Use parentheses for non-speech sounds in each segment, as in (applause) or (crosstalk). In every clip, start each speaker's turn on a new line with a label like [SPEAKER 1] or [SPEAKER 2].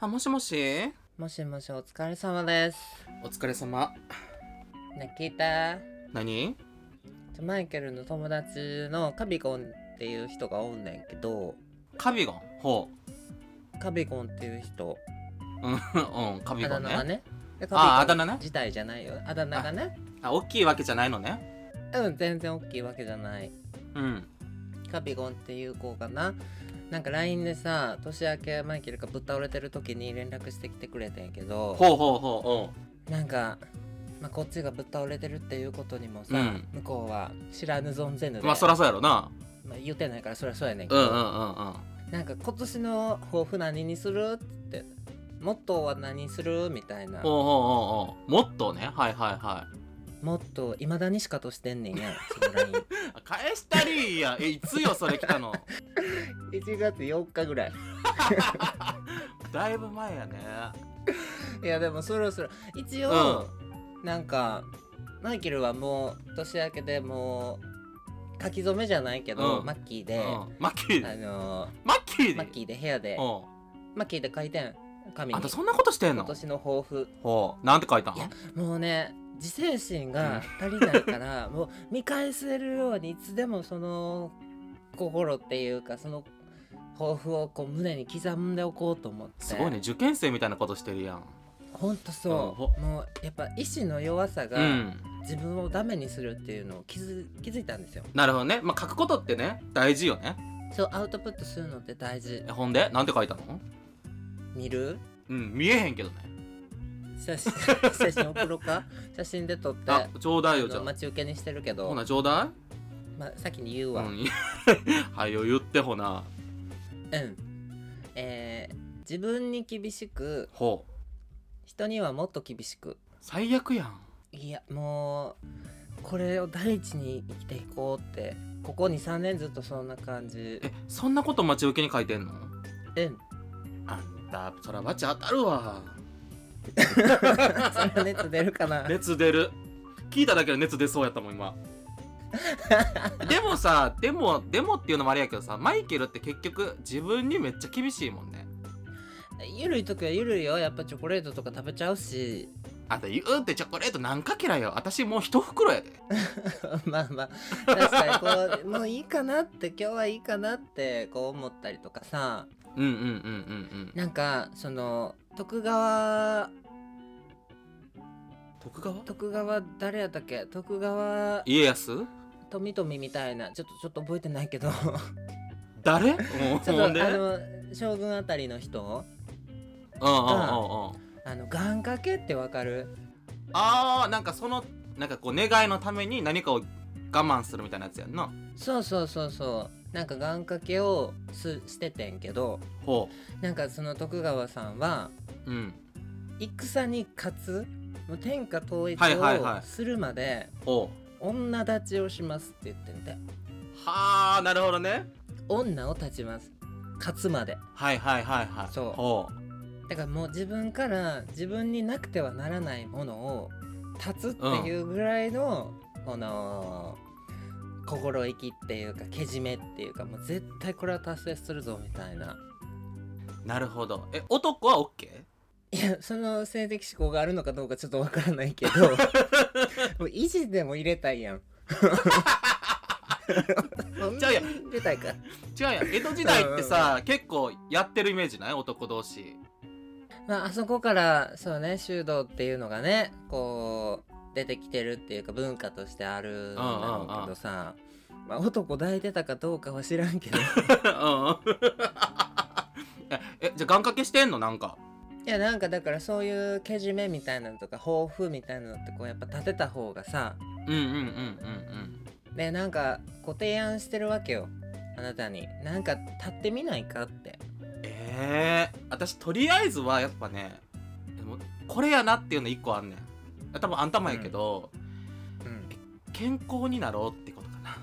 [SPEAKER 1] あもしもし
[SPEAKER 2] もしもしお疲れ様です。
[SPEAKER 1] お疲れ様
[SPEAKER 2] ねえ聞いた
[SPEAKER 1] 何
[SPEAKER 2] ちょマイケルの友達のカビゴンっていう人がおんねんけど
[SPEAKER 1] カビゴンほ
[SPEAKER 2] カビゴンっていう人
[SPEAKER 1] ううんうんカビ
[SPEAKER 2] あ
[SPEAKER 1] ゴ
[SPEAKER 2] だ
[SPEAKER 1] ン
[SPEAKER 2] 名が
[SPEAKER 1] ね
[SPEAKER 2] ねでカビゴン
[SPEAKER 1] ああだ名ね
[SPEAKER 2] 自体じゃないよあだ名がね
[SPEAKER 1] あ大きいわけじゃないのね
[SPEAKER 2] うん全然大きいわけじゃない
[SPEAKER 1] うん
[SPEAKER 2] カビゴンっていう子がななんか LINE でさ年明けマイケルがぶっ倒れてる時に連絡してきてくれてんけど
[SPEAKER 1] ほうほうほ
[SPEAKER 2] なんか、まあ、こっちがぶっ倒れてるっていうことにもさ、
[SPEAKER 1] うん
[SPEAKER 2] 向こうは知らぬ存ぜぬ
[SPEAKER 1] う
[SPEAKER 2] で、
[SPEAKER 1] んまあそらそうやろな
[SPEAKER 2] まあ言ってないからそりゃそうやねんけ
[SPEAKER 1] うん
[SPEAKER 2] ど、
[SPEAKER 1] うんうんうん
[SPEAKER 2] なんか今年の抱負何にするってモットーは何するみたいな
[SPEAKER 1] ほうほうほうほうもっとねはいはいはい
[SPEAKER 2] モットーいまだにしかとしてんね
[SPEAKER 1] (laughs)
[SPEAKER 2] んやそのライン
[SPEAKER 1] あ返したりーやえいつよそれ来た
[SPEAKER 2] (laughs)
[SPEAKER 1] の
[SPEAKER 2] 1月4日ぐらい
[SPEAKER 1] だいぶ前やね
[SPEAKER 2] いやでもそろそろ一
[SPEAKER 1] う
[SPEAKER 2] 応、なんかマイケルはもう年明けでもう書き初めじゃないけど、
[SPEAKER 1] うん
[SPEAKER 2] マッキー
[SPEAKER 1] う
[SPEAKER 2] で、
[SPEAKER 1] んマッキー
[SPEAKER 2] あ
[SPEAKER 1] で
[SPEAKER 2] の
[SPEAKER 1] マッキー
[SPEAKER 2] ー
[SPEAKER 1] で
[SPEAKER 2] マッキーで部屋で
[SPEAKER 1] う
[SPEAKER 2] マッキーで書いてん紙
[SPEAKER 1] んあ
[SPEAKER 2] に
[SPEAKER 1] んたそんなことしてん
[SPEAKER 2] 今
[SPEAKER 1] の
[SPEAKER 2] 年の抱負
[SPEAKER 1] ほうなんて書いたん
[SPEAKER 2] いやもうね自制心が足りないから、 (laughs) もう見返せるようにいつでもその心っていうかその抱負をこう胸に刻んでおこうと思って
[SPEAKER 1] すごいね受験生みたいなことしてるやん
[SPEAKER 2] ほんとそう、もうやっぱ意志の弱さ
[SPEAKER 1] う
[SPEAKER 2] が
[SPEAKER 1] ん
[SPEAKER 2] 自分をダメにするっていうのを気づ気づいたんですよ
[SPEAKER 1] なるほどねまあ書くことってね大事よね
[SPEAKER 2] そうアウトプットするのって大事
[SPEAKER 1] えほんでなんて書いたの
[SPEAKER 2] 見る
[SPEAKER 1] うん見えへんけどね (laughs)
[SPEAKER 2] 写真写真送ろうか写真で撮って
[SPEAKER 1] あちょうだいよじゃ
[SPEAKER 2] あの
[SPEAKER 1] あ
[SPEAKER 2] 待ち受けにしてるけ
[SPEAKER 1] ほ
[SPEAKER 2] ど、
[SPEAKER 1] なちょうだ
[SPEAKER 2] まあ、先に言
[SPEAKER 1] いう
[SPEAKER 2] わ、
[SPEAKER 1] うん (laughs) はよ言ってほな
[SPEAKER 2] うん、えー自分に厳しく
[SPEAKER 1] ほう
[SPEAKER 2] 人にはもっと厳しく
[SPEAKER 1] 最悪やん
[SPEAKER 2] いやもうこれを第一に生きていこうってここ23年ずっとそんな感じ
[SPEAKER 1] えそんなこと待ち受けに書いてんの
[SPEAKER 2] うん (laughs)
[SPEAKER 1] あんたそら罰当たる (laughs) わ
[SPEAKER 2] それ熱出るかな
[SPEAKER 1] 熱出る聞いただけで熱出そうやったもん (laughs) 今でもさでもでもっていうのもあれやけどさマイケルって結局自分にめっちゃ厳しいもんね
[SPEAKER 2] ゆるい時はゆるいよやっぱチョコレートとか食べちゃうし (laughs)
[SPEAKER 1] あんた言うってチョコレート何かけらよ私もう一袋やで
[SPEAKER 2] まあまあ確かにこう (laughs) もういいかなって今日はいいかなってこう思ったりとかさ
[SPEAKER 1] うんうんうんうんうん
[SPEAKER 2] なんかその徳川
[SPEAKER 1] 徳川
[SPEAKER 2] 徳川誰やったっけ徳川
[SPEAKER 1] 家康
[SPEAKER 2] 富富みたいなちょっとちょっと覚えてないけど
[SPEAKER 1] 誰
[SPEAKER 2] ちょ
[SPEAKER 1] ほん
[SPEAKER 2] っ
[SPEAKER 1] で
[SPEAKER 2] とあ
[SPEAKER 1] うんうんうん
[SPEAKER 2] の将軍あたりの人
[SPEAKER 1] うん
[SPEAKER 2] あの願掛けってわかる
[SPEAKER 1] あーなんかそのなんかこう願いのために何かを我慢するみたいなやつやんな
[SPEAKER 2] そうそうそうそうなんか願掛けをすしててんけど
[SPEAKER 1] ほ
[SPEAKER 2] なんかその徳川さんは
[SPEAKER 1] ううん
[SPEAKER 2] 戦に勝つもう天下統一
[SPEAKER 1] はいはいはい
[SPEAKER 2] をするまで
[SPEAKER 1] ほ
[SPEAKER 2] 女立ちをしますって言ってんだよ
[SPEAKER 1] うはあなるほどね
[SPEAKER 2] 女を立ちます勝つまで
[SPEAKER 1] はいはいはいはい
[SPEAKER 2] そう
[SPEAKER 1] ほ
[SPEAKER 2] だからもう自分から自分になくてはならないものを立つっていうぐらいの、この心意気っていうかけじめっていうかもう絶対これは達成するぞみたい
[SPEAKER 1] う
[SPEAKER 2] な
[SPEAKER 1] なるほどえ男はオッケ
[SPEAKER 2] いやその性的思考があるのかどうかちょっとわからない
[SPEAKER 1] (laughs)
[SPEAKER 2] けどもう維持でも入れたいやん (laughs) そん
[SPEAKER 1] ち
[SPEAKER 2] な
[SPEAKER 1] ゃう
[SPEAKER 2] に
[SPEAKER 1] やん
[SPEAKER 2] 入れたいか
[SPEAKER 1] ー違うやん江戸時代ってさ結構やってるイメージない男同士 (laughs)
[SPEAKER 2] まあ、あそこからそうね修道っていうのがねこう出てきてるっていうか文化としてあるんだろうけどさ、まあ、男抱いてたかどうかは知らんけ
[SPEAKER 1] (laughs)
[SPEAKER 2] どい
[SPEAKER 1] うんうんええじゃあ願掛けしてんのなんか
[SPEAKER 2] やなんかだからそういうけじめみたいなのとか抱負みたいなのってこうやっぱ立てた方がさ
[SPEAKER 1] うんうんうんうんうん
[SPEAKER 2] でなんかこう提案してるわけよあなたになんか立ってみないかって
[SPEAKER 1] ええ私とりあえずはやっぱねでもこれやなっていうの一個あんねん多分あんたもやけど、
[SPEAKER 2] うん
[SPEAKER 1] 健康になろうってことかな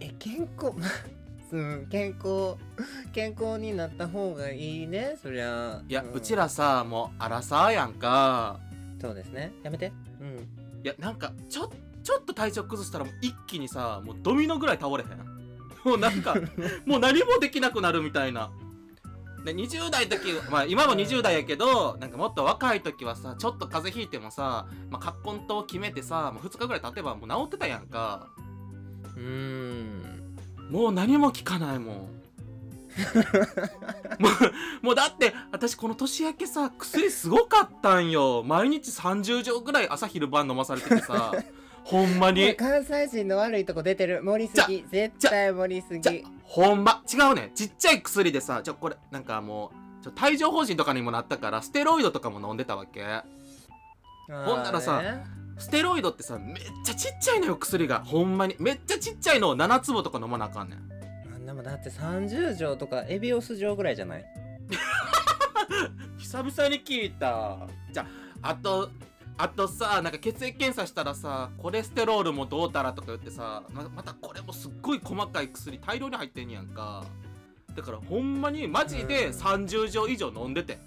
[SPEAKER 2] え健康 (laughs) うん健康健康になった方がいいねそりゃ
[SPEAKER 1] いや、うんちらさもうアラサーやんか
[SPEAKER 2] そうですねやめてうん
[SPEAKER 1] いやなんかちょちょっと体調崩したらもう一気にさもうドミノぐらい倒れへんもうなんかもう何もできなくなるみたいなで20代の時、まあ、今も20代やけどなんかもっと若い時はさちょっと風邪ひいてもさ、まあ、葛根湯決めてさもう2日ぐらい経てばもう治ってたやんか
[SPEAKER 2] うーん
[SPEAKER 1] もう何も聞かない
[SPEAKER 2] (laughs)
[SPEAKER 1] もんもうもうだって私この年明けさ薬すごかったんよ毎日30錠ぐらい朝昼晩飲まされててさ
[SPEAKER 2] (laughs)
[SPEAKER 1] ほんま
[SPEAKER 2] もう
[SPEAKER 1] に
[SPEAKER 2] 関西人の悪いとこ出てる盛りすぎ絶対盛りす
[SPEAKER 1] じゃ
[SPEAKER 2] ぎ
[SPEAKER 1] ほんま違うねちっちゃい薬でさちょこれなんかもうちょ帯状疱疹とかにもなったからステロイドとかも飲んでたわけほんならさ
[SPEAKER 2] あーね
[SPEAKER 1] ステロイドってさめっちゃちっちゃいのよ薬がほんまにめっちゃちっちゃいのを7粒とか飲まなあかんねん
[SPEAKER 2] あんなもんだって30錠とかエビオス錠ぐらいじゃない
[SPEAKER 1] 久々に聞いたじゃああとあとさなんか血液検査したらさコレステロールもどうたらとか言ってさままたこれもすっごい細かい薬大量に入ってんやんかだからほんまにマジ
[SPEAKER 2] う
[SPEAKER 1] で
[SPEAKER 2] ん
[SPEAKER 1] 30錠以上飲んでて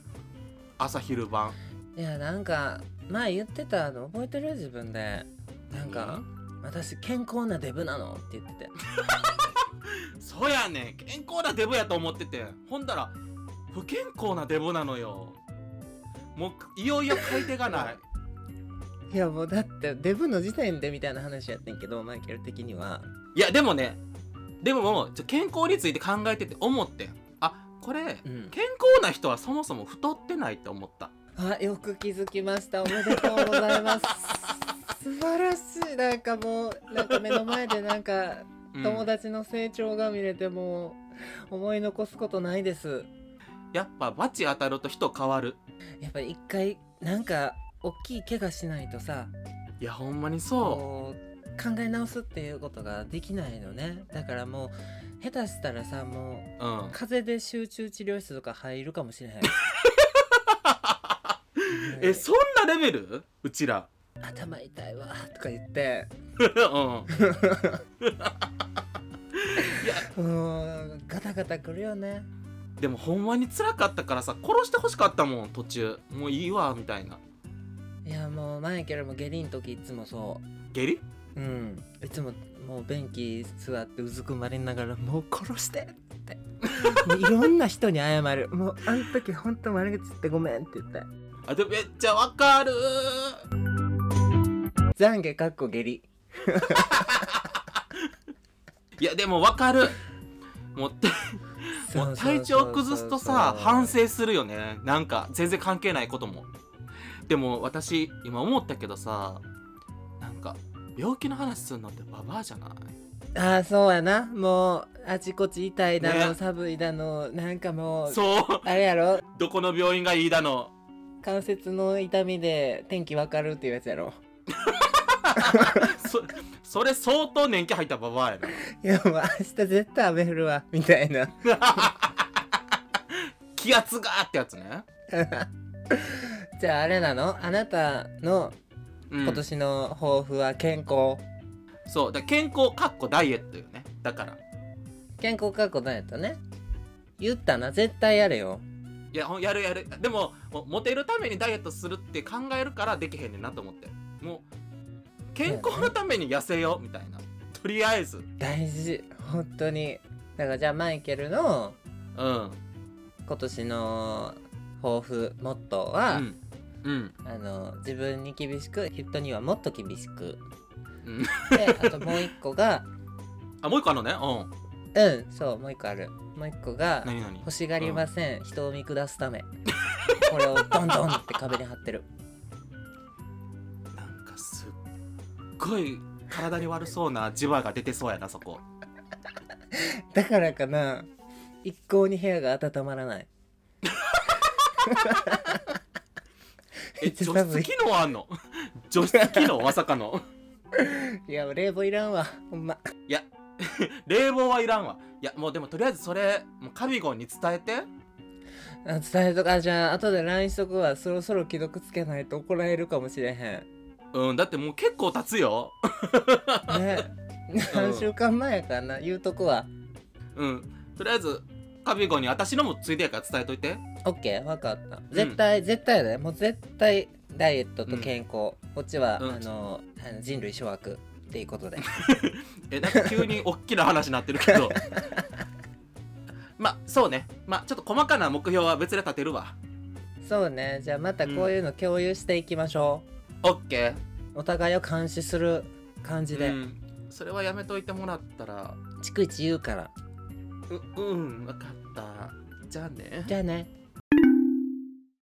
[SPEAKER 1] 朝昼晩
[SPEAKER 2] いやなんか前言ってたの覚えてる自分でなんか私健康なデブなのって言って (laughs) て
[SPEAKER 1] そうやねん健康なデブやと思っててほんだら不健康なデブなのよもういよいよ買い手がない
[SPEAKER 2] いやもうだってデブの時点でみたいな話やってんけどマイケル的にはい
[SPEAKER 1] やでもねでももうちょ健康について考えてて思ってんあこれ
[SPEAKER 2] うん
[SPEAKER 1] 健康な人はそもそも太ってないって思った
[SPEAKER 2] あよく気づきましたおめでとうござい (laughs) ます素晴らしいなんかもうなんか目の前でなんか
[SPEAKER 1] うん
[SPEAKER 2] 友達の成長が見れてもう思い残すことないです
[SPEAKER 1] やっぱバチ当たると人変わる
[SPEAKER 2] やっぱり一回なんか大きい怪我しないとさ
[SPEAKER 1] いやほんまにそ
[SPEAKER 2] こう考え直すっていうことができないのねだからもう下手したらさも
[SPEAKER 1] う
[SPEAKER 2] う
[SPEAKER 1] うん
[SPEAKER 2] 風邪で集中治療室とか入るかもしれへん
[SPEAKER 1] (laughs) えそんなレベルうちら (laughs)
[SPEAKER 2] 頭痛いわとか言って
[SPEAKER 1] うんいや
[SPEAKER 2] うーんガタガタくるよね
[SPEAKER 1] でもほんまに辛かったからさ殺してほしかったもん途中もういいわみたいない
[SPEAKER 2] やもうマイケルも下痢の時いつもそ
[SPEAKER 1] 下痢
[SPEAKER 2] ううんいつももう便器座ってうずくまりながら「もう殺して!」っても (laughs) ういろんな人に謝るもうあの時本当悪口言ってごめんって言って
[SPEAKER 1] あでもめっちゃわかる
[SPEAKER 2] 懺悔かっこ下痢
[SPEAKER 1] いやでもわかるもうてもう体調崩すとさ反省するよねなんか全然関係ないこともでも私今思ったけどさなんか病気の話するのってババアじゃない
[SPEAKER 2] ああそうやなもうあちこち痛いだの、
[SPEAKER 1] ね
[SPEAKER 2] 寒いだのなんかもう
[SPEAKER 1] そう
[SPEAKER 2] あれやろ
[SPEAKER 1] どこの病院がいいだの
[SPEAKER 2] 関節の痛みで天気わかるっていうやつやろ
[SPEAKER 1] そそれ相当年季入ったババアやない
[SPEAKER 2] やもう明日絶対雨降るわみたいな
[SPEAKER 1] 気圧がーってやつね、
[SPEAKER 2] じゃああれなのあなたの
[SPEAKER 1] うん
[SPEAKER 2] 今年の抱負は健康、
[SPEAKER 1] そうだから健康かっこダイエットよねだから
[SPEAKER 2] 健康確保ダイエットね言ったな絶対やれよ
[SPEAKER 1] いやほんやるやるでももモテるためにダイエットするって考えるからできへんねんなと思ってもう健康のために痩せようみたいなとりあえず
[SPEAKER 2] 大事本当にだからじゃあマイケルの
[SPEAKER 1] うん
[SPEAKER 2] 今年の抱負モットー
[SPEAKER 1] う
[SPEAKER 2] は、
[SPEAKER 1] んうん
[SPEAKER 2] あの自分に厳しく人にはもっと厳しく
[SPEAKER 1] うん
[SPEAKER 2] であともう一個が (laughs)
[SPEAKER 1] あもう一個あるのねうん
[SPEAKER 2] うんそうもう一個あるもう一個が
[SPEAKER 1] 何何
[SPEAKER 2] 欲しがりません、人を見下すためこれをドンドンって壁に貼ってる
[SPEAKER 1] なんかすっごい体に悪そうな磁場が出てそうやなそこ
[SPEAKER 2] だからかな一向に部屋が温ま
[SPEAKER 1] (laughs)
[SPEAKER 2] らないめ
[SPEAKER 1] え
[SPEAKER 2] (laughs) っちゃ
[SPEAKER 1] 除
[SPEAKER 2] 寒
[SPEAKER 1] 湿
[SPEAKER 2] い
[SPEAKER 1] 機能あんの (laughs) 除湿機能まさかの
[SPEAKER 2] いや冷房いらんわほんま
[SPEAKER 1] いや冷房はいらんわいやもうでもとりあえずそれもうカビゴンに伝えて
[SPEAKER 2] あ伝えとかじゃあ後で LINE しとくわそろそろ既読つけないと怒られるかもしれへん
[SPEAKER 1] うんだってもう結構経つよ (laughs)
[SPEAKER 2] ね何週間前やからな言うとこは
[SPEAKER 1] うん。とりあえず、カビゴに私のもついでやから伝えといて。
[SPEAKER 2] オッケー分かった絶対、絶対だよもう絶対ダイエットと健康、こっちは、
[SPEAKER 1] うん
[SPEAKER 2] あのあの人類諸悪っていうことで
[SPEAKER 1] え、なんか急におっきな話になってるけど。 (laughs) まあそうねまあちょっと細かな目標は別で立てるわ
[SPEAKER 2] そうねじゃあまたこういうの共有していきましょ
[SPEAKER 1] オッケー
[SPEAKER 2] う、お互いを監視する感じで、
[SPEAKER 1] うん、それはやめといてもらったら
[SPEAKER 2] 逐一言うから
[SPEAKER 1] ううん分かったじゃあね
[SPEAKER 2] じゃあね